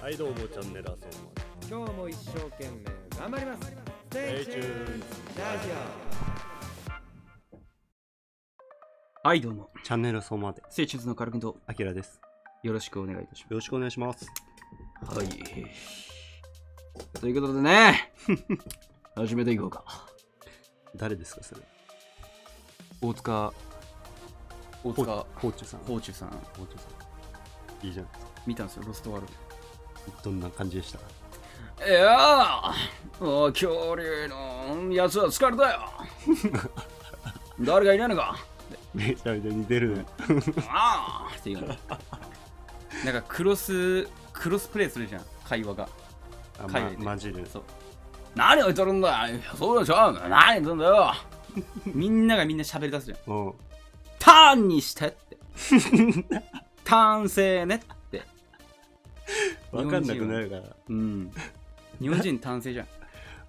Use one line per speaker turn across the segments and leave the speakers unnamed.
はいどうもチャンネルあそま
今日も一生懸命頑張ります Stay
Stay tuned.
tuned ラジ
はい、どうも。
チャンネルそうまで
聖地図のカルミド、
あきらです
よろしくお願いいたし
よろしくお願いします
ます。はい。ということでね、 始めていこうか。
誰ですかそれ
大塚、大塚
コーチュさん
宝中さん、
コーチュさんいいじゃないですか
見たんですよ、ロストワール
どんな感じでした
ド。いやー、お恐竜のやつは疲れた よ。誰がいないのか。
めちゃめちゃ似てるね
ああっていうのなんかクロス、クロスプレイするじゃん、会話が。
あ、
海
ま
外で、
マジで
そう何を言ってるんだいやそうでしょ何言ってんだよみんながみんな喋り出すじゃん
うん
ターンにしてってターン制ねって
分かんなくなるから
うん日本人単性じゃ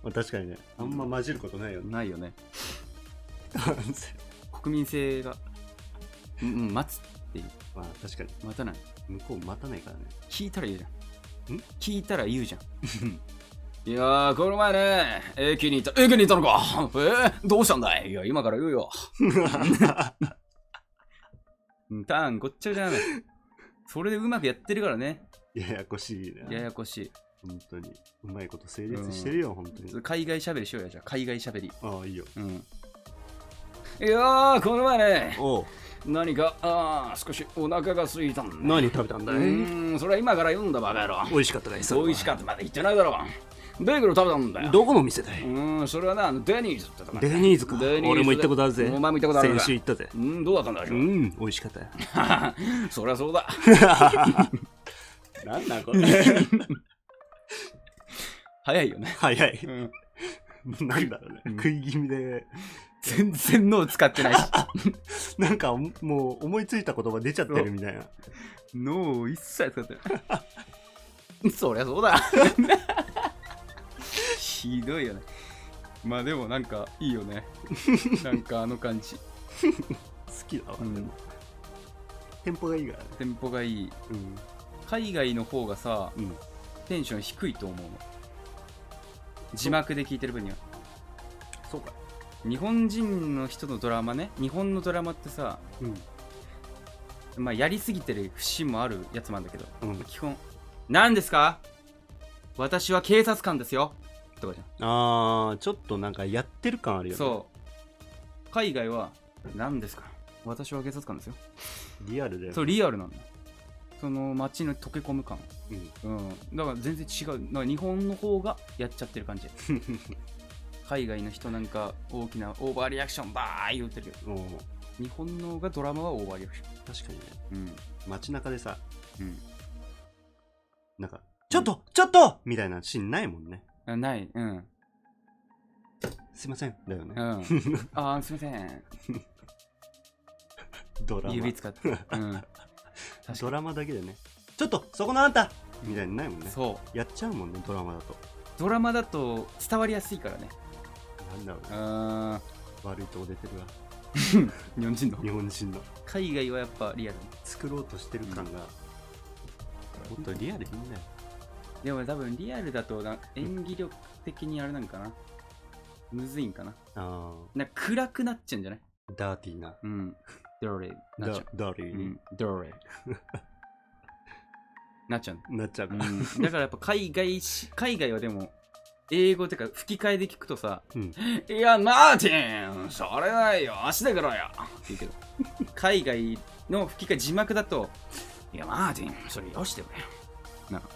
まあ確かにねあんま混じることないよ
ん
ね
ないよね
ま
国民性がうんうん待つっていう
あ確かに
待たない
向こう待たないからね
聞いたら言うじゃん
ん
聞いたら言うじゃん いやーこの前ね駅にいた駅にいたのかえーどうしたんだいいや今から言うようんターンごっちゃごちゃなのそれでうまくやってるからね
ややこしいな
ややこし
本当にうまいこと成立してるよ本当に
い海外しゃべりしようやじゃあ海外しゃべり
ああいいよ
うんいやーこの前ね
おう
何かあー少しお腹が空いたんだ
何食べたん
う
だい
ーんそれは今から読んだバカ野郎
美味しかったです
美味しかったまで言ってないだろベーグル食べたんだよ
どこの店だいう
ーんそれはなあのデニーズってとこ
デニーズか
デニーズで
俺も行ったことあるぜ
お前も行ったことあるか
先週行ったぜ
うんどうだったんだ
う
ろう
ん美味しかったよ
そりゃそうだ
なんだこれ
早いよね、
早いなんだろうね
うん
食い気味で
全然脳使ってない し
なんかもう思いついた言葉出ちゃってるみたいな
脳を一切使ってない そりゃそうだひどいよねまあでもなんかいいよ ねなんかあの感じ
好きだわ
うん
でもテンポがいいからね
テンポがいい
うん
海外の方がさ、
うん
テンション低いと思うの字幕で聞いてる分には
そうか
日本人の人のドラマね日本のドラマってさ、
うん
まあ、やりすぎてる節もあるやつもあるんだけど
うん
基本「何ですか私は警察官ですよ」とかじゃん
あーちょっとなんかやってる感あるよね
そう海外は「何ですか私は警察官ですよ
リアルで」
そうリアルなんだその街の溶け込む感
うん
うんだから全然違うだから日本の方がやっちゃってる感 じ海外の人なんか大きなオーバーリアクションバー言ってるけど
もう
日本の方がドラマはオーバーリアクショ
確かにね
ンうん
街中でさ
うん
なんかちょっとちょっとみたいなシーンないもんね
あない、 うん。
すいませんだよね
うん。あー、すみません。
ドラマ
指 使って。うん。確
ド
か
ラマだけでねちょっとそこのあんたみたいにないもんね
に。そう。
やっちゃうもんねドラマだと
ドラマだと伝わりやすいからね。
なんだろうね
あ
悪いとこ出てるわ
ー、日本人の。
日本人の
海外はやっぱリアル。
作ろうとしてる感が、もっとリアルでいいんだよ
でも多分リアルだとな演技力的にあれなんかな。むずいんかな。
あ
なんか暗くなっちゃうんじゃない
ーダーティーな
うん。ドレなっち
ダ
ゃ
ダーティ
う。
ー
う
に
ん。ド レなっちゃう。
なっちゃう
う
から、
ん、だからやっぱ海外し、海外はでも、英語ってか吹き替えで聞くとさ、
うん
いや、マーティン、それないよ、足だからよって 言うけど、海外の吹き替え字幕だと、いや、マーティン、それよしてくれよ。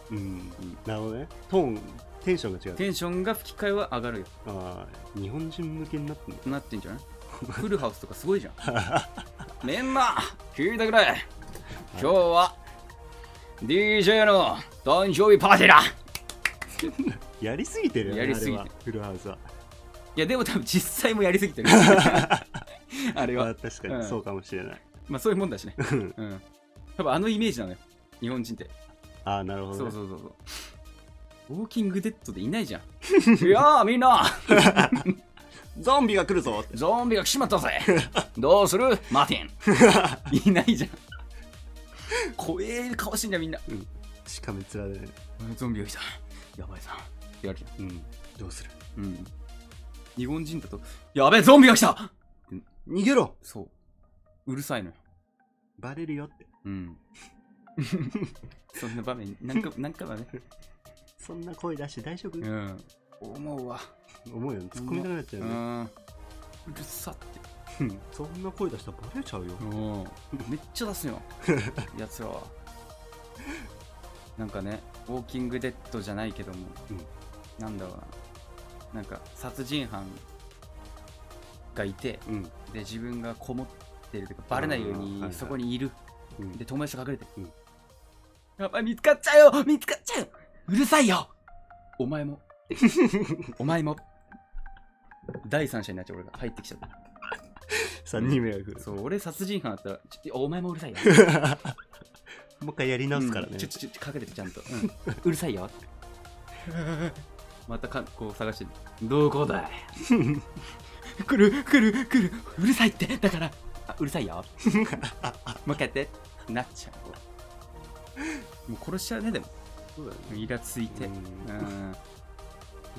うんなるほどねトーンテンションが違う
テンションが吹き替えは上がるよ。
あー日本人向けになってん
なってんじゃない フルハウスとかすごいじゃん。みんな、聞いてくれ。今日は、DJ の誕生日パーティーだ
のやりすぎてるよね
やりすぎてる
あれはフルハウスはい
や、でも多分実際もやり すぎてる。あれ
あ
は
ー。確か
う
に
ん
そうかもしれない、
まあそういうもんだしね。
うん
うん。多分あのイメージなのよ。日本人って。
ああなるほど、
そ
ね、
うそうそうそう。ウォーキングデッドでいないじゃ ん。いやあみんな、
ゾンビが来るぞって
ゾンビが来ちまったぜ。どうする マーティン。いないじゃん。怖え顔してんじゃんみんな。
しかめ面でね。
ゾンビが来た。やばいさ。やるじゃん。
うん。どうする
うん。日本人だと、やべえ、ゾンビが来た
逃げろ
そう。うるさいのよ。
バレるよって。
うん。 そんな場面、なんか、なんかだね。
そんな声出して大丈夫、
うん。思うわ。
思うよね。突っ込みたくなっちゃ
う
うよね。
ん。うるさって。
うんそんな声出したらバレちゃうよ。
うん。めっちゃ出 すよ。やつらは。なんかね、ウォーキングデッドじゃないけども、
うん
なんだろうな。なんか、殺人犯がいて、
うん。
で自分がこもってるというかバレないよう
あーはいはい
にそこにいる、
うん
で友達と隠れて、
うん
やばい見つかっちゃうよ見つかっちゃうようるさいよお 前もお前も第三者になっちゃう俺が入ってきちゃった
3人目が来る。
そう俺殺人犯だったらちょお前もうるさいよ
もう一回やり直すから
う
ね
んちょ。ちょちょ隠れてちゃんと、うんうるさいよまたかこう探してどこだい来る来る来るうるさいってだからあうるさ いよもう一回やってなっちゃうもう殺しちゃうねでも
そうだよね
イラついて
うん
うん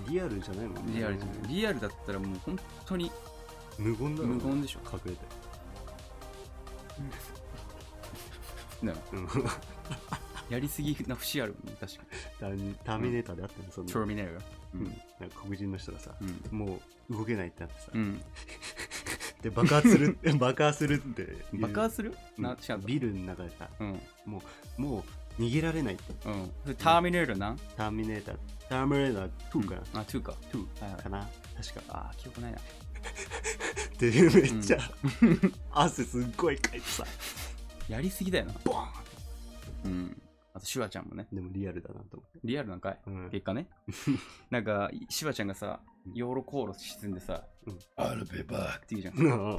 リアルじゃないもんね。
リアルじゃないリアルだったらもう本当に
無言だろ。
無言でしょ
隠れて。
なんか
うん。
やりすぎな節あるもんね確か
ターターミネーターであったの、そん
に
な。
トロミネーがう
うん
ん
なんか黒人の人がさ、
うん
もう動けないってなってさ、
うん
で爆発する 爆発するって
爆発する
うん
な違う
ビルの中でさ
うん
もう逃げられないって
うんそれターミネーターなん
ターミネーターターミネーター2かな、
あ、2か。2。はいはい
か。な確か
あー、記憶ないな。
っていうめっちゃ、汗すっごいかいてさ
やりすぎだよな。ボーンうん。あと、シュワちゃんもね。
でもリアルだなと思って、
リアルなんかい
うん
結果ね。 なんか、シュワちゃんがさ、ヨーロコーロ沈んでさ
うん、
アルベバークって言うじゃん。
なあ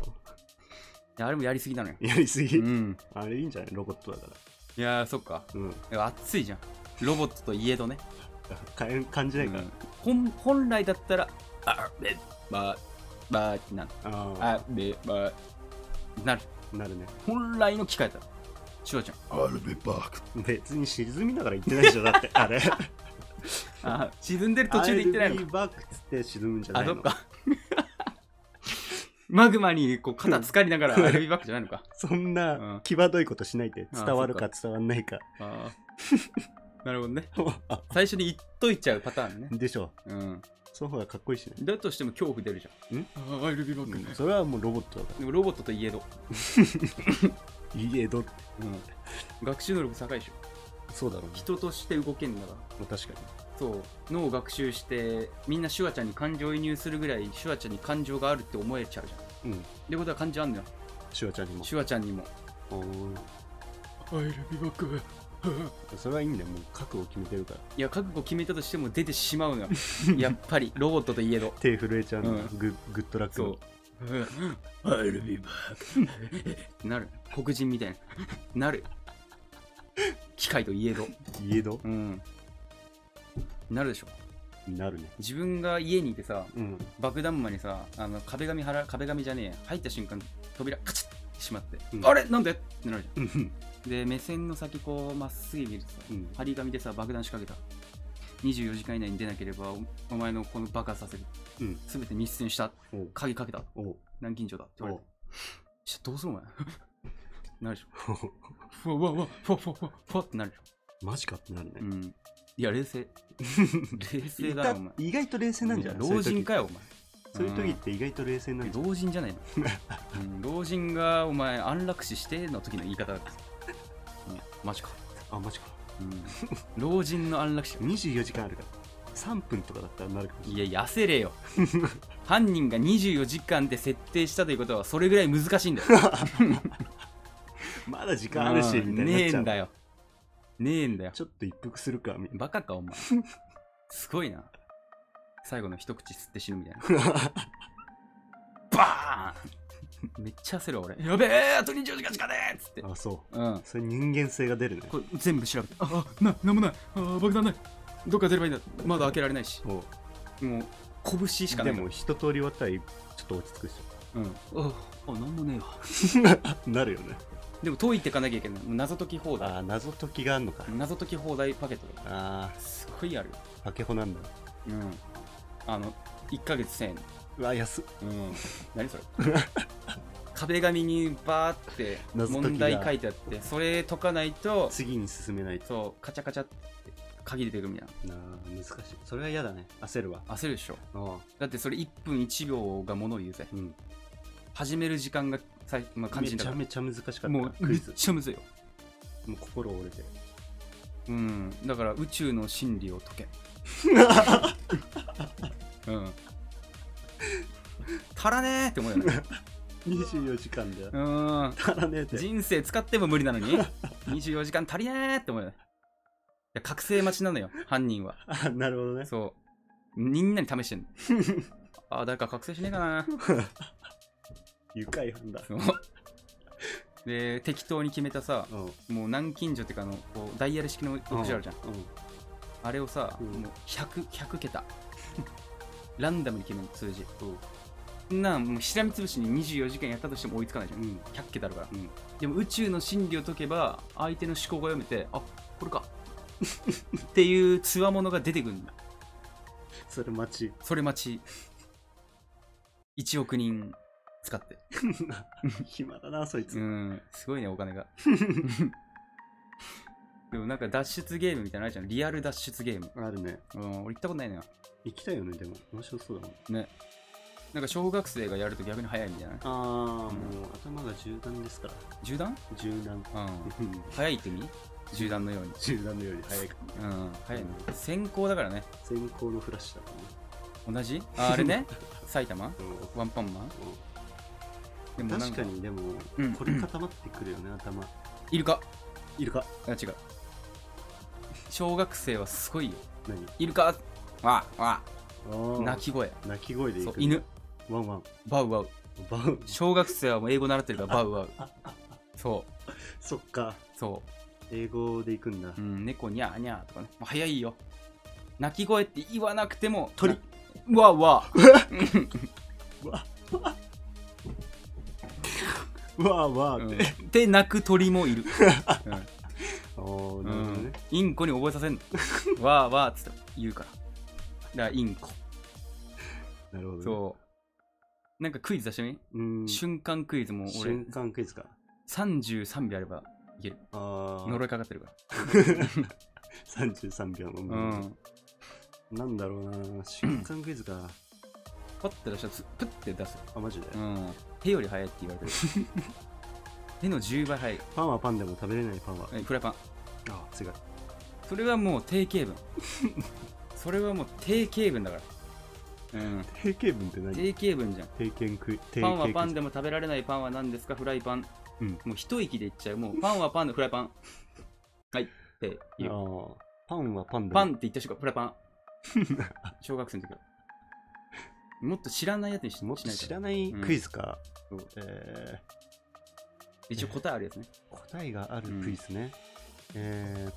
であれもやりすぎなのよ。
やりすぎ、
うん。
あれいいんじゃないロボットだから
いやー、そっか。
うん
でも熱いじゃん。ロボットといえどね。
かえ感じないから、
うん本本来だったら、アルベバーバーってなる。
あ
アルベバーなる。
あなるね
本来の機械だ。シュワちゃん。
別に沈みながら言ってないでしょだ ってあれ
あー、沈んでる途中で言ってないのか
I'll be back っつって沈むんじゃな
あ、
いの
そっか。マグマにこう肩つかりながらアルビバックじゃないのか。
そん
うん
な際どいことしないで
あ
伝わるか伝わんないか。
あーなるほどね。最初に言っといちゃうパターンね。
でしょ。
うん。
その方がかっこいいしね。
だとしても恐怖出るじゃん。
ん
あーアルビバックね。
それはもうロボットだか
でもロボットといえど。
ら。いえど、
うん。学習能力高いでしょ。
そうだろうね。
人として動けんだから。
まあ確か
そう。脳を学習して、みんなシュワちゃんに感情移入するぐらい、シュワちゃんに感情があるって思えちゃうじゃん。っ
に。うん。
てことは感情あんのよ。
シュワちゃんにも。
シュワちゃんにも。
おー
アルビバック。
それはいいんだよ。もう覚悟決めてるから。
いや、覚悟決めたとしても出てしまう のよ。やっぱり、ロボットといえど。
手震えちゃうの、
うん
ググッドラック
そ
の。
う。アルビバック。なる。黒人みたいな。なる。機械といえど。
いえど
うん。なるでしょ。
になるね。
自分が家にいてさ、
うん。
爆弾魔にさ、あの壁紙はら、壁紙じゃねえや。入った瞬間、扉カチッってしまって、
うん
あれなんでってなるじ
う
ゃ
ん。
ん。で、目線の先、こう、まっすぐ見るとさ、
うん
張り紙でさ、爆弾仕掛けた。24時間以内に出なければお、お前のこの爆破させる。
うん。
すべて密室にした。
おう
鍵かけた。
おう
南京錠だって言わ
お
れ
う
て。ちょどうするお前。 なるでしょ。ふわふわふわふわふわふわってなるでし
マジかってなるね
ょ。う。ん。いや、冷 静。冷静
い
だな、
た
お前。
意外と冷静なんじゃない
いや老人か
よ。
よ、お前。
そういう時そういう時
ん
って意外と冷静なんじゃない
老人じ ゃないの、うん老人がお前安楽死しての時の言い方だった、うんマジか、
あ、マジか。
うん老人の安楽死
24時間あるから。3分とかだったらなるかもしれない
いや痩 せれよ犯人が24時間で設定したということはそれぐらい難しいんだよ
まだ時 間あるし、
うん
みたいに
ね
なっ
え
ちゃうん
だよねえんだよ
ちょっと一服するか、みたいな。
バカかお前すごいな最後の一口吸って死ぬみたいな バーンめっちゃ焦るわ俺やべえあと24時間しかねえっつって
あ、そう。
うん
それ人間性が出るね。
これ全部調べてああななんもないああ爆弾ないどっか出ればいいんだまだ開けられないし
もう
もう拳しかな
で
い
も一通り終わったらちょっと落ち着くでし
うん、ああなんもねえわ
ょ。なるよね。
でも解いていかなきゃいけない。もう謎解き放
あ
題。
あ、謎解きがあんのか。
謎解き放題パケットだか
あ
ら。すごいあるよ。
あ、パケホなんだ。
うん。あの、1ヶ月1000円。
うわ、安っ。
うん。何それ壁紙にバーって
謎解き
問
が
題書いてあって、それ解かないと、
次に進めないと。
そう、カチャカチャって鍵出てくるみたい
なあ、難しい。それは嫌だね。焦るわ。
な。焦るでしょ。
あ
だってそれ1分1秒がものを言うぜ。
うん。
始める時間がさい、まあ、肝
め
心だ
ち
か
ゃ
ら。
めちゃ難しかった。
もう
ク
め
イ
っ
ズ。
ちゃむずいよ。
もう心折れてる。
うん。だから宇宙の真理を 解け。うん。足らねえって思うよね。
24時間じゃ
う。ん。
足らねえって。
人生使っても無理なの に24時間足りねえって思うよねいや覚醒待ちなのよ犯人は
あなるほどね。
そうみんなに試してんのあ誰か覚醒しねえかな
愉快犯だ。
そうで適当に決めたさ
うん。
もう南京錠っていうかあのこうダイヤル式のオブジェあるじゃん、
うん。
あれをさ、
うん
もう 100, 100桁ランダムに決める数字そんなんもうしらみつぶしに24時間やったとしても追いつかないじゃん
うん。
100桁あるから、
うん
でも宇宙の真理を解けば相手の思考が読めてあこれか っていうつわものが出てくるんだ
それ待ち。
それ待ち1億人使って
暇だな、そいうつ。
んすごいね お金がでもなんか脱出ゲームみたいなのあるじゃんリアル脱出ゲーム、
あるね。
うん、俺行ったことないのよ
行きたいよね、でも。面白そうだもん。
ねなんか小学生がやると逆に早いみたいな
ああ、
うん
もう頭が柔軟ですから。
銃弾
柔軟。
うん早いって意味銃弾のように
柔軟のより早いかも。
うん早いね先行だからね
先行のフラッシュだもんね。
同じああれ ね埼玉
うん
ワンパンマンでもなん
確かにでも、
うん
これ固まってくるよね、頭。
イルカ
イルカ。
あ違う小学生はすごいよ
何
イルカわわ鳴
泣
き声
き泣き声でい
そう
く。
犬。
ワンワン。
バウワウ
バウ。
小学生はもう英語習ってるからバ ウワウそう
そっか。
そ
英語でいくんだ
う、う。ん、猫ニャーニャーとかねもう早いよ鳴き声って言わなくても
鳥
なうわうわ
わーわ
う
ーっ
ん
て。
で鳴く鳥 もいる、
おー
う
なるほど
ん
ね。
インコに覚えさせん のわーわーっつって言うからだからインコ
なるほどね。
そう。なんかクイズ出してみ、
うん。
瞬間クイズも俺
瞬間クイズか。
33秒あればいける。
あ
呪いかかってるから。
あ、33秒の、
うん。
なんだろうな、瞬間クイズか。
パッて出したらす、プッて出す。
あ、マジで、
うん。手より早いって言われてる。 手の10倍早い。
パンはパンでも食べれないパンは。
はいフライパン。
あ、違う。
それはもう定型 文。それはもう定型文だから。うん。
定型文って何
定型文じゃん。
定型クイ定
パ
型
ンはパン
で。
でも食べられないパンは何ですかフライパン。
うん
もう一息で言っちゃ う。もうパンはパンでフライパン。はい。って言う。
ああ、パンはパンでも。
パンって言った瞬間、フ ラパン。小学生の時は。もっと知らないやつにし
もっ
し
と
ない
知
から
らないクイズか。
うんそう
え
一応答えあるやつね。
ー、答えがあるクイズね。え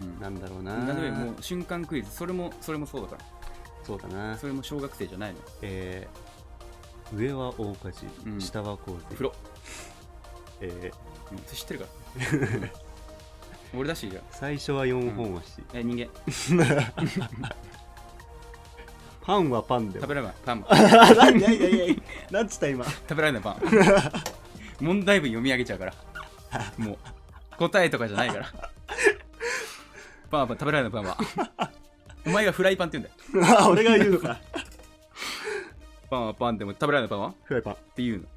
ー、なんだろうな。
なのでもう瞬間クイズ、それもそれもそうだか
そうだな
ら、。それも小学生じゃないの。
えー、上は大火
うん
事、下は洪水。
風呂、
えー、
うん、それ知ってるから。うん俺だしじゃん。
最初は4本足。
え、人間、
パンはパンで
食
も。
べられないパンも、
あ、 なんいやいや いや、なんつった今。
食べられないパン。問題文読み上げちゃうから。もう、答えとかじゃないから。パンはパン、食べられないパンは。お前がフライパンって言うんだよ。
あ、俺が言うのか。
パンはパンでも食べられないパンはっ
フライパン。
て言う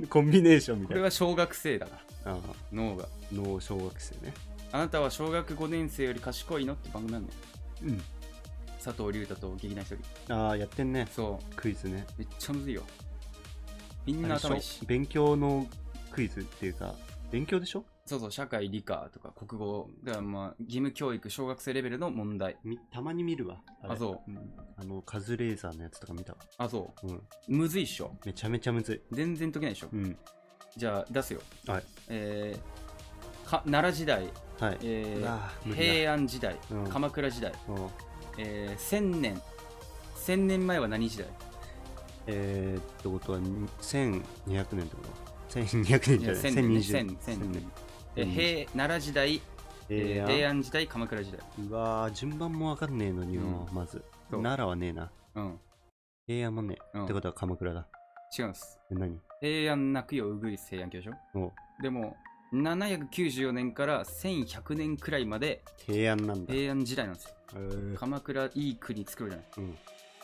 の。
コンビネーションみ
こ
たい
れ
な。
は小学生だから
ああ
脳が
脳小学生ね。
あなたは小学5年生より賢いのって番組なんだよ
うん。
佐藤隆太と劇団ひとり
ああ、やってんね。
そ
クイズね。
うめっちゃむずいよみんな頭いいし
あれでしょ勉強のクイズっていうか、勉強でしょ
そうそう社会理科とか国語だからまあ義務教育小学生レベルの問題
みたまに見るわ。れ、
あそう
ん。あの、カズレーザーのやつとか見たわ。
あそ
うん。
うむずいっしょ
めちゃめちゃむずい。
全然解けないでしょ、
うん。
じゃあ出すよ
はい。
えーか奈良時代、
はい。
えー
あー無理だ。
平安時代、
うん
鎌倉時代、
うん
えー千年千年前は何時代
えー、ってことは、1200年ってこと1200年
い
じゃ
や
ない
1000年ね
1020
1000 1000年
う
で
ん
平奈良時代、えー
え
平
ー
安時代鎌倉時代
うわー順番もわかんねえのによ、
う
まず
そう
奈良はねえな
うん
平安もねえ、
うん
ってことは鎌倉だ
違うんです
え何
平安泣くようぐいす平安京でしょ
お
でも794年から1100年くらいまで
平安なんだ、
平安時代なんですよ
えー
鎌倉いい国作ろうじゃない
うん、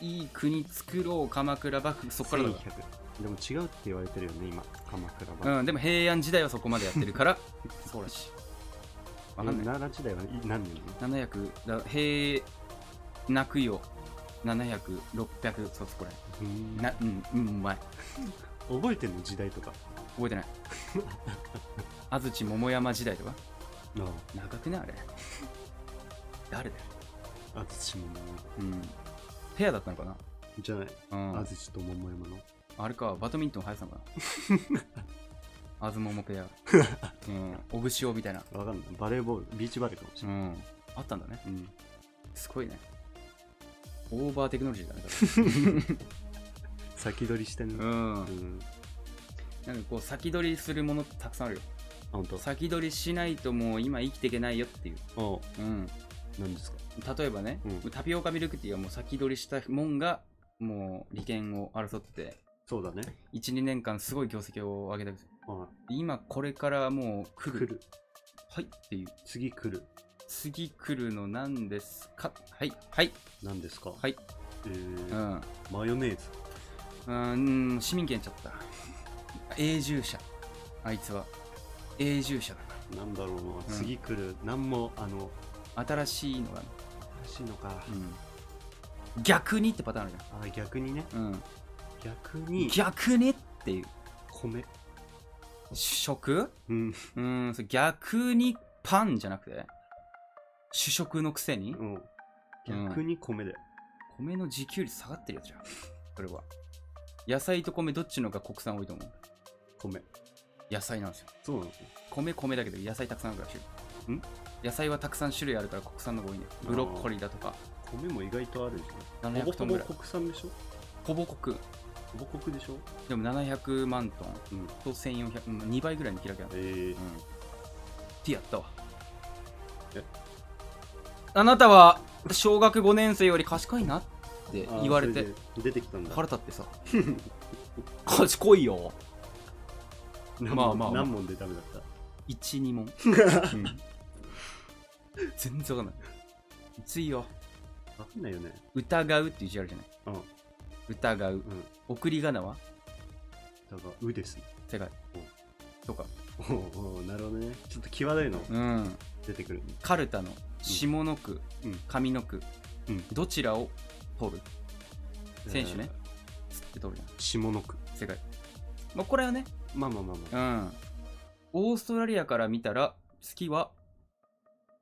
いい国作ろう鎌倉幕府そこからだか
1100でも違うって言われてるよね今鎌倉は、
らうんでも平安時代はそこまでやってるから そうらしいわかんない
奈良時代はい何年
700だ平泣くよ700600そうそこら
うん
辺なうんうんうまい
覚えてんの時代とか
覚 えてない安土桃山時代とか
な
長くねあれ誰だよ
あ安土桃山
うんペアだったのかな
じゃない、
うん
安土と桃山の
あれかバドミントン入ってたのか なあずももペアうんオグシオみたいな
わかんないバレーボールビーチバレーかもし
う
れない、
んあったんだね
うん
すごいねオーバーテクノロジーだね
先取りしてん
う
の、
ん
うん
なんかこう先取りするものってたくさんあるよ
あ本当
先取りしないともう今生きていけないよっていう、
お
うん、
何ですか
例えばね、
うん
タピオカミルクティーはもう先取りしたもんがもう利権を争って
そうだね
12年間すごい業績を上げたんですよ
は
今これからもう
い
来る
来る
はいっていう
次来る
次来るの何ですかはいはい
何ですか
はい、
えー
うんう
マヨネーズ
ーん市民権ちゃった永住者あいつは永住者だ
なんだろうな、
ん
次来る何もあの
な新しいのが、
新しいのか、
うん、逆にってパターンある
あ逆にね
じゃん、うん
逆に
逆にっていう
米
主食
うん、
うーんそう逆にパンじゃなくて主食のくせに、
うん、逆に米だよ、
米の自給率下がってるやつじゃんこれは野菜と米どっちの方が国産多いと思う
米
野菜なんですよ
そうなの
米米だけど野菜たくさんあるらしい
ん
野菜はたくさん種類あるから国産の方が多いねブロッコリーだとか
米も意外とあるじゃん
700
ほぼ
ト
ほ
ンぐ
ぼ
らい
国産でしょ
ほぼ国
ほぼ国でしょ
でも700万トン
うん
と1400、うん、2倍ぐらいに開きゃ
えー
う、んってやったわ
え
あなたは小学5年生より賢いなって
あー
言われ
そ
て
で出てきたんだ
腹立って さ賢いよ
何問
まあまあまあ
何問でダメだ った
12問、全然わかんない次よ
わかんないよね
疑うっていう字あるじゃない
うんうん
疑う送り仮名は
だから「う」ですね
世界
うん
とか
おうおうなるほどねちょっと際どいの
うん
出てくるね
カルタの下の区、
うん
上の区、
うん
どちらを取る選手ね
え
つって取るじゃ
ー下の句
ん世界まあこれはね
まあまあまあまあ
うんオーストラリアから見たら月は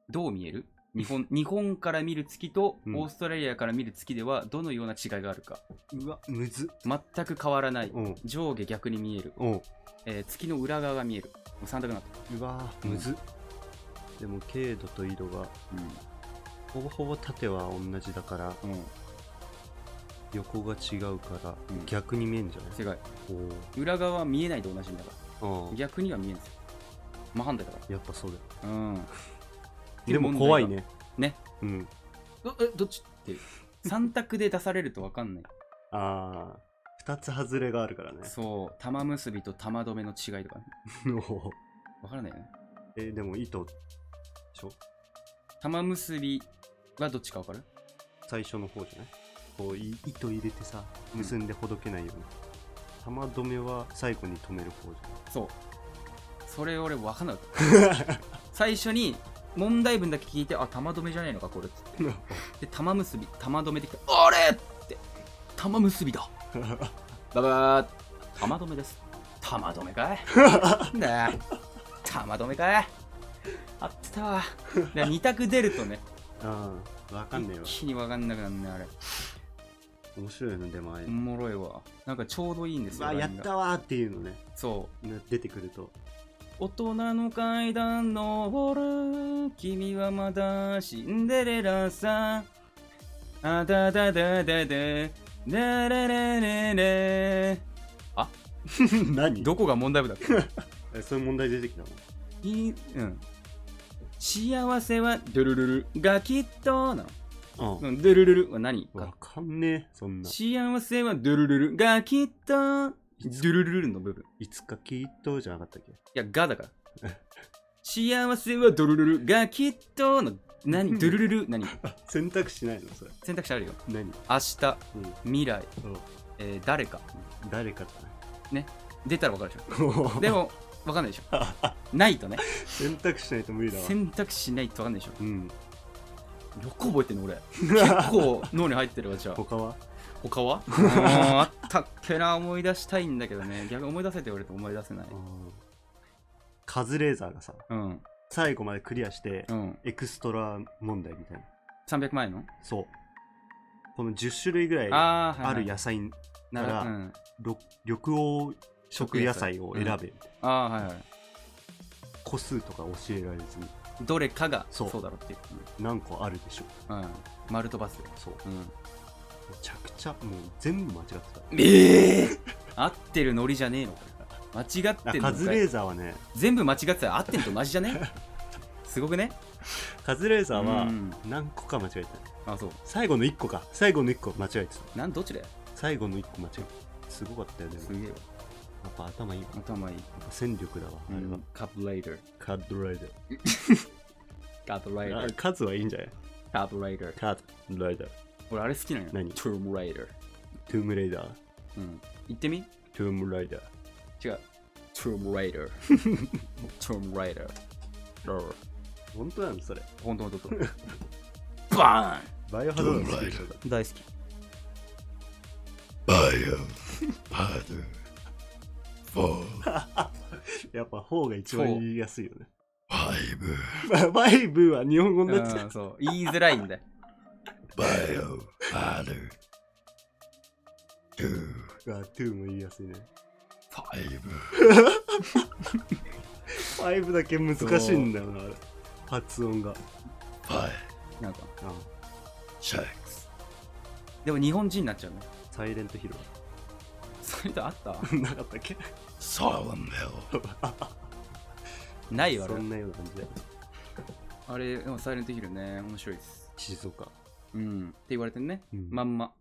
どう見える日 本日本から見る月と
うん
オーストラリアから見る月ではどのような違いがあるか、
うわむず
全く変わらない
おう
上下逆に見える、
おう
えー月の裏側が見える3択になった、
うわむずでも経度と緯度がほぼほぼ縦は同じだから
うんうん、
横が違うから
うん
逆に見えんじゃない
世界
お
裏側は見えないと同じんだから
おうん
逆には見えない真反対だか
やっぱそうだよ
らうん
でも怖いね
ね
うん
どえどっちっていう3択で出されると分かんない
ああ2つ外れがあるからね
そう玉結びと玉止めの違いとかね
おう
分からないよね
えーでも糸でしょ
玉結びはどっちか分かる
最初の方じゃないこうい糸入れてさ結んでほどけないように、玉止めは最後に止める方じ
そうそれ俺分かんなかった 最初に問題文だけ聞いてあ玉止めじゃねえのかこれっつって
ゃない
で玉結び玉止めできてあれって玉結 びだババー玉止めです玉止め かいねえ玉止めかいあって たわ2択出るとね
ああわかんねえ
一
わ
気に分かんなくなんねあれ
面白いのでもあれ、
おもろいわなんかちょうどいいんです
う
よ
わ
ラ
や
イ
っ
ンが
たわーっていうのね
そう
ね出てくると
大人の階段登る君はまだシンデレラさあだだだだだだららららあ
何
どこが問題部だっけ
えそういう問題出てきたの
いいうん幸せはドゥルルルがきっとなの
あ
うんドゥルルルは何
あわ
か
かんねえそんな
幸せはドゥルルルがきっとドゥルルルの部分
いつかきっとじゃなかったっけ
いや、がだから。幸せはドゥルルルがきっとの何ドゥルルル何
選択肢ないのそれ
選択肢あるよ。
何、
明日、
うん
未来、えー誰か。
誰かだ
出たら分かるでしょ。
ね
でも、分かんないでしょ。 ないとね。
選択肢ないと無理だわ
選択肢ないと分かんないでし
うん
ょ。よく覚えてんの 俺。結構脳に入ってるわ、じゃあ。
他は
他 はうーんあったっけな、思い出したいんだけどね。逆に思い出せて俺と思い出せない。
うんカズレーザーがさ
うん。
最後までクリアして、
うん。
エクストラ問題みたいな
300万円の
そうこの10種類ぐらいあ
ああ、はいはい
る野菜なら、
うん。
ろ緑黄色野菜を選べ、
うんああ、はいはい。
個数とか教えられずに
どれかが
そ
そううだろうっていう。
何個あるでしょう
うん。うん丸とバスで。
そう
うん。
めちゃくちゃもう全部間違って
え え合ってるノリじゃねえのこれ間違ったて
あ
ん
カ
のか
ズ
い
レーザーはね
全部間違ってたら合ってんと同じじ ゃねすごくね
カズレーザーは
うん
何個か間違えてた
あそう
最後の1個か最後の1個間違えてた
なんどっちだよ
最後の1個間違えてたすごかったよね
すげえわ
やっぱ頭いいわやっ
頭いい、
ぱ戦力だわあ
う
れは、
ん、カブレイダー
カズレーザー
カブレイダ
あ
ー
カズはいいんじゃない
カブレイダー
カズレーザー
俺あれ好きなのよ
何
トゥームレイダー
トゥームレイダー
うん言ってみ
トゥームレイダー
違うトゥームレイ ダートゥームレイダーロー
本当なのそれ
ほんとほんとほんとバ
バイオハザードの好きでしょだって
ーン大好き
バイオハード4、
やっぱ方が一番言いやすいよね
5、
まあ バイブは日本語になっちゃ
うんそう言いづらいんだよ
バイオハード2、
うあトゥーも言いやすいね
5、
バイブだけ難しいんだよなあれ発音が
5、
なんか
あ
6、
でも日本人になっちゃうね
サイレントヒル
それとあった
は なかったっけ
Solemn Hill,
ないわ
そんなような感じで
あれ、でもサイレントヒルね、面白いです。
静岡
うん。って言われてんね、
うん
まんま。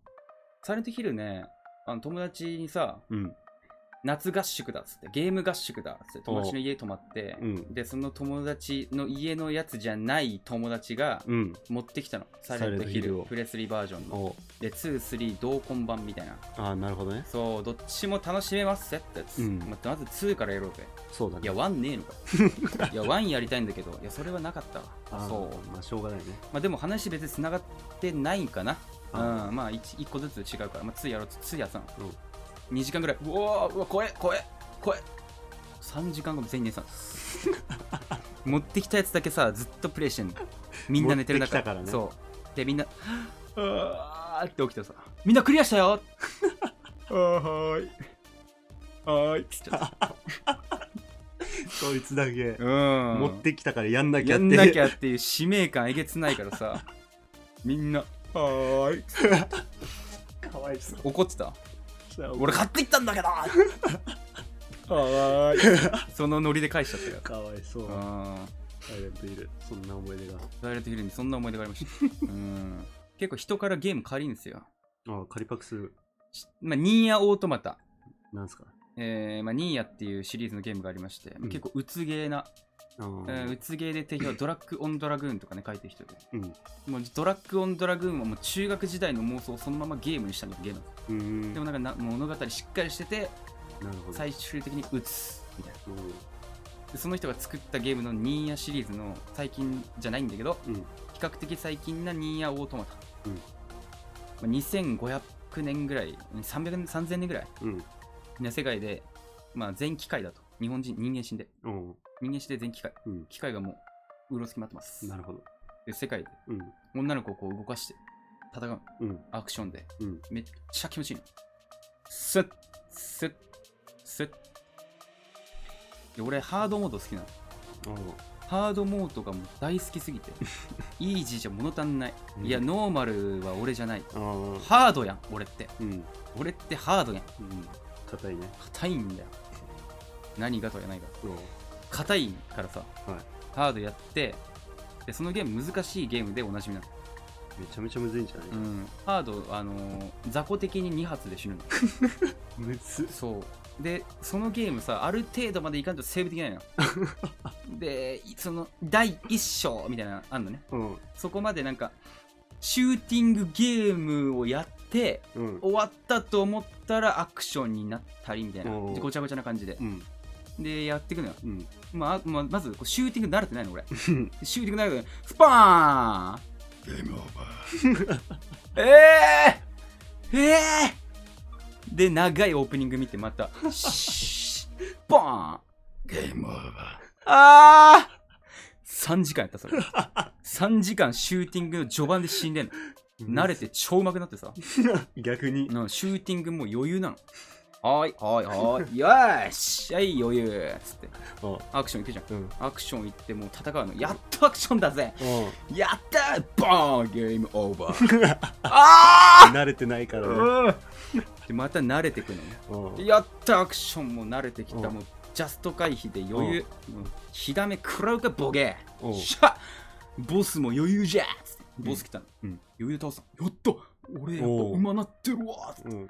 サイレントヒルね、あの友達にさ、
うん
夏合宿だっつって、ゲーム合宿だっつって、友達の家泊まって、
うん
で、その友達の家のやつじゃない友達が
うん
持ってきたの。サ
イ
イ
レ
レ
ン
ン
ト
ト
ヒ
ヒ
ル
ル
を、
プレスリーバージョンの。
お
で、2、3同梱版みたいな。
ああなるほどね
そう、どっちも楽しめますぜってやつ。
うん
ままず2からやろうぜ。
そうだね
いや、1ねえのか。 いや、1やりたいんだけど、いや、それはなかった
あ
わ。
ー
そう。
まあしょうがないね
まあでも話別に繋がってないかな。う
あ
ん、まあ 1, 個ずつ違うから、まあ、2やろう、2やったの。
うん
2時間ぐらい、うわーうわ、怖え、怖え、怖え。3時間後全員 寝てたの持ってきたやつだけさ、ずっとプレイしてんの。みんな寝てる中、
持ってきたからね
そう。で、み んな、うわーって起きてさ、みんなクリアし たよあーはーい。はーいっつっちゃった。
そいつだけ
うん。
持ってきたからやんなきゃ
や
って
んなき
ゃ
ゃっていう使命感えげつないからさ、み んな、はーい。
かわいそう
怒ってた
俺
俺買ってきたんだけどはーいそのノリで返しちゃったよ
かわいそう
あ
サイレントヒルそんな思い出が
ーダイレクトヒルにそんな思い出がありましたうん結構人からゲーム借りんですよ、
ああカリパクス
しまあ、ニーヤオートマタ、
なんすか
えーまあ、ニーヤっていうシリーズのゲームがありまして、まあ
うん
結構うつゲーな、
ああ
うんうつゲーで定評はドラッグ・オン・ドラグーンとかね書いてる人で
うん
もうドラッグ・オン・ドラグーンはもう中学時代の妄想をそのままゲームにしたのがゲームなんです
うん
でもなんかな物語しっかりしてて
なるほど
最終的に打つみたいな
うん
でその人が作ったゲームのニーヤシリーズの最近じゃないんだけど、
うん
比較的最近なニーヤオートマタ。
うん
まあ2500年ぐらい、300年、3000年ぐらい
うん
の世界で、まあ、全機械だと。日本人、人間死んで。
うん
人間死んで全機械。
うん
機械がもう、うろつきまってます。
なるほど
で、世界で、
うん
女の子をこう動かして、戦う。
うん
アクションで。
うん
めっちゃ気持ちいいの。スッ、スッ、スッ。で、俺、ハードモード好きなの。
あ
ハードモードがもう大好きすぎてイージーじゃ物足んない
うん
いやノーマルは俺じゃない
あああ
ハードやん俺って
うん
俺ってハードやん
うん硬いね。
硬いんだよ何がとやないが
うん。
硬いからさ、
はい
ハードやってでそのゲーム難しいゲームでおなじみなの、
めちゃめちゃむずいんじゃない、
うん、ハードあのー雑魚的に2発で死ぬの
むず
そうでそのゲームさある程度までいかんとセーブできないのよでその第一章みたいなのあんのね
うん。
そこまでなんかシューティングゲームをやって
うん。
終わったと思ったらアクションになったりみたいな
おー
ごちゃごちゃな感じで
うん。
でやっていくのよ、
うん。
まあ、まあまずこうシューティング慣れてないの俺 シューティング慣れてないスパ
ゲームオーバー。
ーンえー、えー、で長いオープニング見てまたシュッバーン
ゲームオーバ
あー3時間やったそれ3時間シューティングの序盤で死んでんの慣れて超うまくなってさ
逆に。
なシューティングもう余裕なの。はーい、はーい、は ーい、よーし、はい、余裕っつって、
あ
アクション行くじゃ
うん。うん。
ん。アクション行ってもう戦うの。やっとアクションだぜやったーボーンゲームオーバー あ
慣れてないからね。
ーで、また慣れてくのね。
うん。
やったアクションも慣れてきた。
うん
もうジャスト回避で余裕。うん火ダメ食らうか、ボケ
うん
しゃボスも余裕じゃっつってボス来たの。
うん
余裕で倒すの。やった俺やっぱ
おう
馬なってるわーっつって
うん。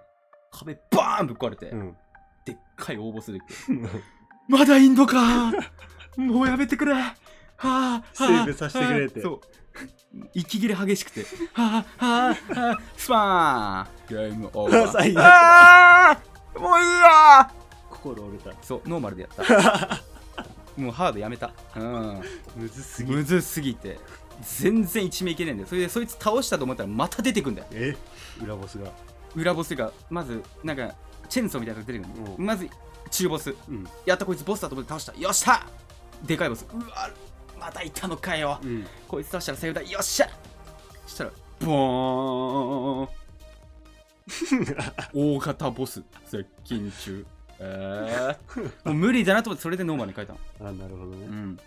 壁バーンぶっ壊れて、
うん。
でっかい応募す るまだインドかもうやめてくれはあ、はあ、
セーブさせてくれって
そう息切れ激しくてはあ、はあ、はあ、スパーンゲームオーバ ー
最悪
あーもういいわ
心折れた。
そうノーマルでやった もうハードやめたうん
むずすぎる。
むずすぎて全然一目いけねえんだよそれでそいつ倒したと思ったらまた出てくんだよ
え裏ボスが。
裏ボスがまずなんかチェーンソーみたいなのが出てくるの、
う
まず中ボス
うん。
やったこいつボスだと思って倒したよっしゃでかいボスうわまたいたのかよ
うん。
こいつ倒したらセーフだよっしゃそしたらボーン大型ボス接近中えー、 もう無理だなと思ってそれでノーマルに書いたの
あ、なるほど
う
ね。
ん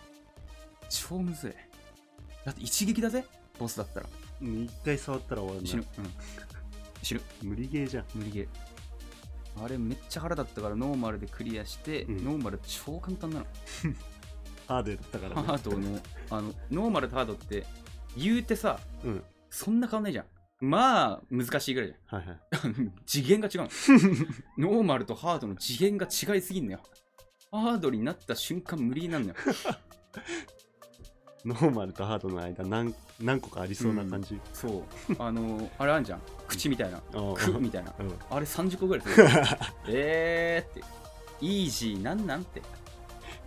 超むずいだって一撃だぜボスだったら
うん一回触ったら終わ
死
る
ぬ
な。
うん死ぬ
無理ゲーじゃん。
無理ゲーあれめっちゃ腹だったからノーマルでクリアして、
うん
ノーマル超簡単なの
ハードだったから
ハ
ね。
ードのあのノーマルとハードって言うてさ
うん。
そんな変わんないじゃんまあ難しいぐらいじ
はいはい。
ゃん 次元が違うの ノーマルとハードの次元が違いすぎんのよハードになった瞬間無理になんのよ
ノーマルとハードの間何何個かありそうな感じ。
そうあのあれあんじゃん口みたいな
あ
く
ー
みたいな
うん。
あれ30個ぐらい するえーってイージーなんなんて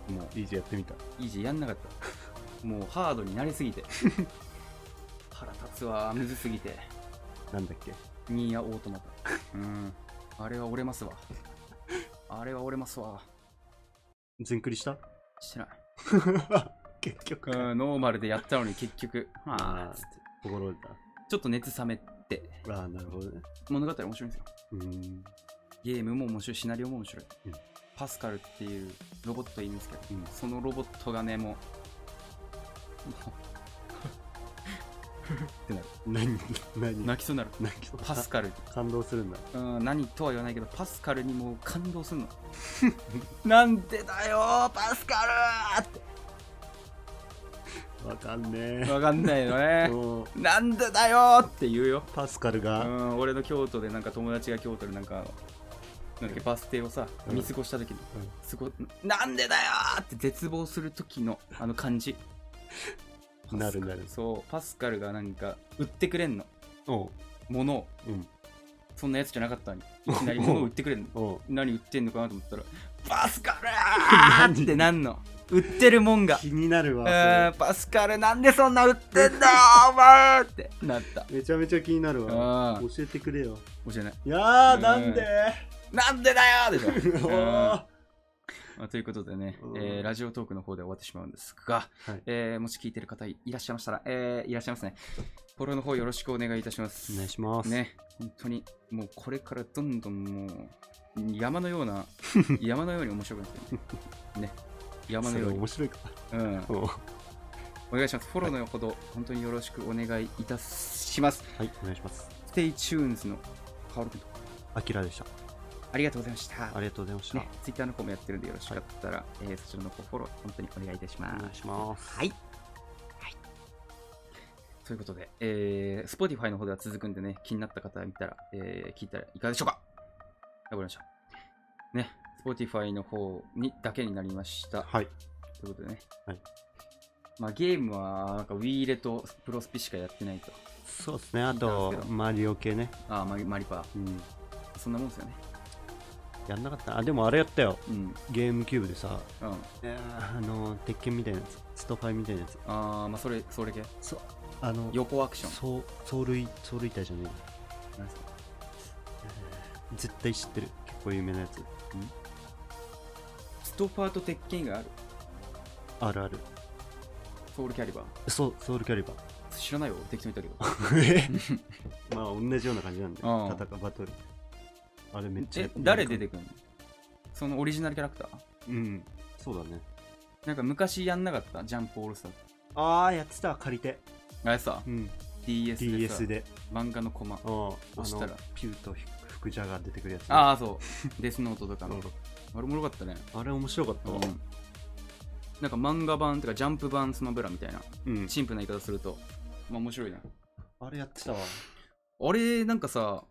もう
いいじゃんやってみた。
イージーやんなかったもうハードになりすぎて 腹立つわむずすぎて
なんだっけ
ニーヤオートマト。うん。あれは折れますわ。あれは折れますわ。
全クリした
してない。
結局
う。ん、ノーマルでやったのに結局、
あ
あ
ー
ー
心折れ
ちょっと熱冷めて、
た。ああ、なるほどね。
物語面白いんですよ。
うーん。
ゲームも面白い、シナリオも面白い。
うん
パスカルっていうロボットいるんですけど、
うん
そのロボットがね、もう、も
何
う
何
泣きそうになる。
泣き
パスカル。
感動するんだ。
うん、何とは言わないけど、パスカルにもう感動するの。 なんでだよー、パスカルーって。
わかんね
わかんないのね
え。。 もう
なんでだよーって言うよ。
パスカル
う
が、
ん、俺の京都でなんか友達が京都でなんか、なんだっけ、バス停をさ、
うん
見過ごした時に、
うん
すごなんでだよーって絶望する時のあの感 じ。
なるなる
そう、パスカルがなんか、売ってくれんの。
おう
ものを。
うん
そんなやつじゃなかったのに。 いきなり物を売ってくれんの。
おう
何売ってんのかなと思っ たら、パスカルーってなんの。売ってるも んが。
気になるわ、
うんパスカルなんでそんな売ってんだよお前ってなった。
それめちゃめちゃ気になるわ。
うん
教えてくれよ。
教えない。
いや
う
ー、
ん
なんで
なんでだよでし ょ
おー
まあということでね、
うん
えーラジオトークの方で終わってしまうんですが、
はい
えーもし聞いてる方いらっしゃいましたら、えーいらっしゃいますね。フォローの方よろしくお願いいたします。
お願いします。
ね、本当にもうこれからどんどんもう山のよ うな、山のように面白くなってるね。山
そ
の
れ
ように
面。白いか。
うん
おう
お願いします。フォローのほど、本当によろしくお願いいたします。
はい、お願いします。
Stay tuned のカオル君と
あきらでした。
ありがとうございました。
ありがとうございました。
ね、ツイッターの方もやってるんで、よろしかったら、えーそちらの方フォロー、本当にお願いいたしま
お願い
す。
します。
はい。はい。ということで、えー、Spotify の方では続くんでね、気になった方見たら、えー聞いたらいかがでしょうかわかりました。ね、Spotify の方にだけになりました。
はい。
ということでね。
はい。
まあ、ゲームは、なんか Wii レとプロスピしかやってないと。
そうですね。あ
聞いたん
と
ですけ、ど
マリオ系ね。
あー、マリマリパー。
うん。
そんなもんですよね。
やんなかった。あ、でもあれやったよ。
うん。うん。
ゲームキューブでさ、
あ
えーあの、鉄拳みたいなやつ、ストファイみたいなやつ。
ー、まあ、それ、それ系。
そう。あの、
横アクション。
そう、走塁、走塁隊じゃねえな
なんですか
絶対知ってる。結構有名なやつ。
ストファーと鉄拳がある。
あるある。
ソウルキャリバー。
そう、ソウルキャリバー。
知らないよ、適当に言ったけど。
えまあ同じような感じなんで、
うん
戦うバトル。あれめっちゃや
え
っ、
誰出てくるのそのオリジナルキャラクター
うん、そうだね。
なんか昔やんなかったジャンプオールスターズ。
ああ、やってた、借りて。
あれさ
う、ん、
DS でさ
DS で。
漫画のコマ。
ああ、
押したら
あのピューと福ジャガー出てくるやつ、
ああ、そう。デ スノートとか
う
の
ん。
あれもろかったね。
あれ面白かった
うん
わ。。
なんか漫画版とかジャンプ版スマブラみたいな、
うん。
シンプルな言い方すると、まあ面白いな。
あれやってたわ。
あれ、なんかさ、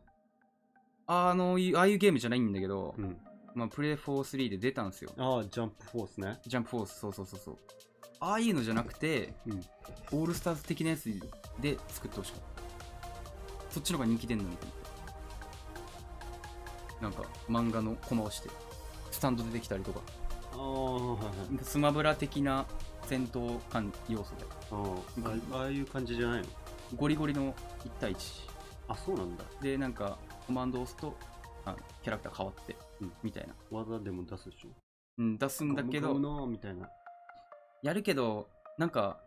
あの、いああいうゲームじゃないんだけど、
うん。
まあプレイ43で出たんですよ。
ああ、ジャンプフォースね。
ジャンプフォース、そうそうそうそう。ああいうのじゃなくて、
うん。
オールスターズ的なやつで作ってほしかったそっちの方が人気出んのにと思ってなんか漫画のコマをしてスタンド出てきたりとか
ああ、はいはい
スマブラ的な戦闘感要素で
ああああいう感じじゃないの
ゴリゴリの1対1
あ、そうなんだ。
でなんかコマンドを押すとあキャラクター変わって、
うん
みたいな、
技でも出すでしょ。
うん、出すんだけ
ゴ
ど
ムゴムのみたいな。
やるけどなんか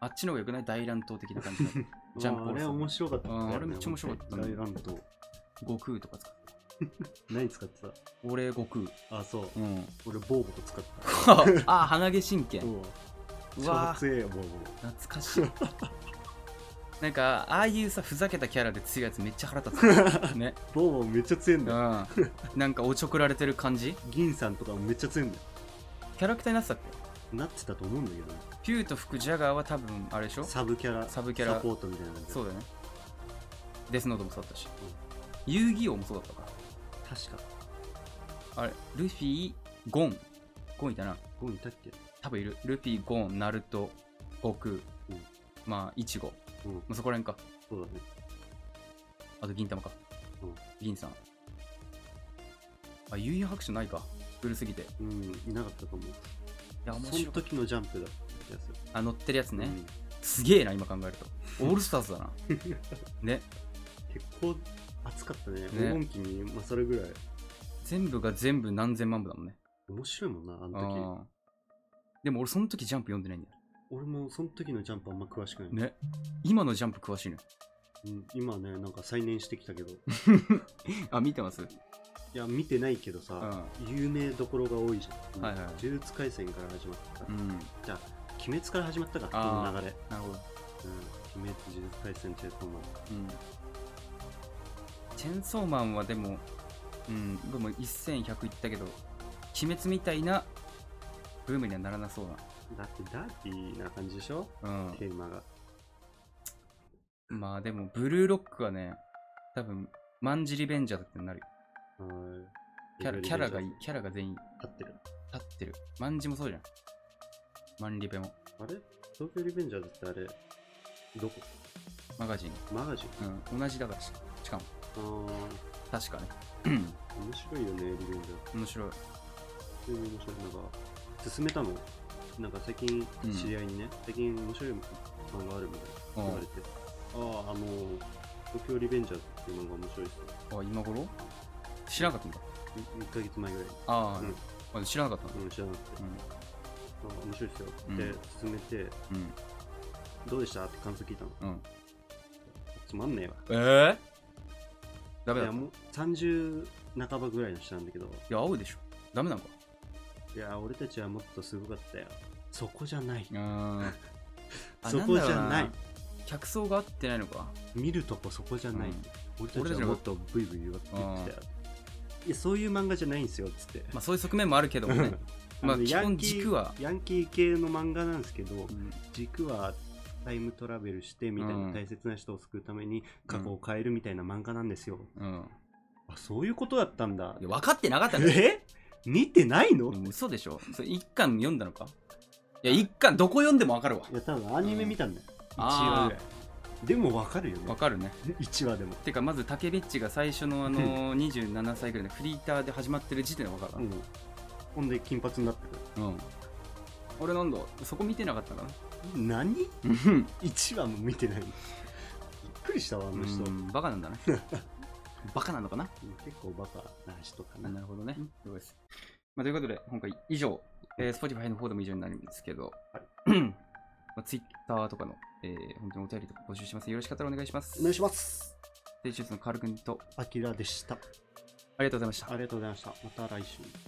あっちの方がよくない大乱闘的な感じのジャンプ
あーあれ面白かったよね。
あーあれめっちゃ面白かったね
大乱闘。
悟空とか使って
何使ってた
俺悟空
あ、そう。
うん
俺、ボーボと使ってた。
あ鼻毛神経
う
うわー
超強えよ、ボー
懐かしいなんかああいうさふざけたキャラで強いやつめっちゃ腹立つね
ボ。ボーボめっちゃ強え
うん
だよ。
なんかおちょくられてる感じ
銀さんとかもめっちゃ強えんだよ。
キャラクターになってたっ
なってたと思うんだけどね。
けピューと福ジャガーは多分あれでしょ
サブキャラ、
サブキャラ
サポートみたいなので
そうだよねデスノートもそうだったし、
う
遊戯王もそうだったか
確か。
らあれルフィゴンゴンいたな
ここにいたっけ
多分いるルフィゴンナルト悟空、
うん
まあイチゴも
うん、
うそこら辺か
そうだね。
あと銀玉か、
うん
銀さんあ悠々白書ないか古すぎてい
うん、いなかったと思う。
や面
その
白い
時のジャンプだったやつよ
あ乗ってるやつね、すげえな今考えるとオールスターズだな ね
うん結構熱かったね。
ね
黄金期にまあそれぐらい。
全部が全部何千万部だもんね
面白いもんな、あ
あ
の時。
ーでも俺その時ジャンプ読んでないんだよ
俺もその時のジャンプあんま詳しくない。
ね今のジャンプ詳しいね
うん、今ね、なんか再燃してきたけど。
あ見てます
いや、見てないけどさ、有名どころが多いじゃん。
はいはい
呪術廻戦から始まった。
うん
じゃあ、鬼滅から始まったか、
あ
こ
ー
の流れ。
なるほど
うん、鬼滅、呪術廻戦、チェーンソーマン
うんチェンソーマンはでもうんでも1100いったけど鬼滅みたいなブームにはならなそう
だってダーティーな感じでしょ
なうん
テーマが。
まあでもブルーロックはね多分マンジリベンジャーだってなるよ
うん
キャラキャラがいい。キャラが全員
合ってる。
立ってる。マンジもそうじゃん。マンリベも。
あれ東京リベンジャーズってあれ、どこ
マガジン。
マガジン
うん。同じだからし。しかも。
あー
確かね。うん
面白いよね、リベンジャーズ。
面白い。
普通に面白い。なんか、勧めたのなんか最近
うん
知り合いにね、最近面白い漫画あるみたいな言
う
われ
ん
て。ああ、あのー、東京リベンジャーズっていう漫画面白いっすよ。
あ、今頃知らなかったんだ。
1ヶ月前ぐらいに。
あ
うん
あ、知らなかったんだ。
うん、知らなくて。あ面白いっすよ。
うん
で、勧めて、
うん。うん。
どうでしたって感想聞いたの。
うん。
つまんねえわ。
えぇダメ
いや
だった。い
もう30半ばぐらいの人なんだけど
や、青いでしょ。ダメなのか。
いや俺たちはもっとすごかったよそこじゃない
うん。 あ
そこじゃ
ん
な
だろ
いう
客層が合ってないのか。
見るとこそこじゃない、
うん
俺たちはもっとブイブイ言ってたよいやそういう漫画じゃないんですよっつって、
まあそういう側面もあるけどもねまあ
あの
基
ヤン
本
キー
軸は、
ヤンキー系の漫画なんですけど、
うん
軸はタイムトラベルしてみたいな大切な人を救うために過去を変えるみたいな漫画なんですよ、
うん、
あそういうことだったんだ
いや分かってなかったんだよ
え見てないの、い
もう嘘でしょそれ一巻読んだのかいや一巻どこ読んでも分かるわ
や多分アニメ見たんだよ、一話
あ
ぐらいでもわかるよ
分
ね
かるね
1話でも、
てかまずタケビッチが最初のあの27歳ぐらいのフリーターで始まってる時点で分かるわ
うん、ほんで金髪になってく
うん、俺なんだそこ見てなかったかな
る何
うん
1話も見てないびっくりしたわあの人、
うんバカなんだねバカなのかな
結構バカな人かな、
なるほどね。そうです。まあ、ということで、今回以上、えー、Spotify の方でも以上になるんですけど、まあ、Twitter とかの、えー本当にお便りとか募集します。よろしかったらお願いします。
お願いします
す。のカール君と
あきらでした
ありがとうございました
あ。りがとうございましたまた来週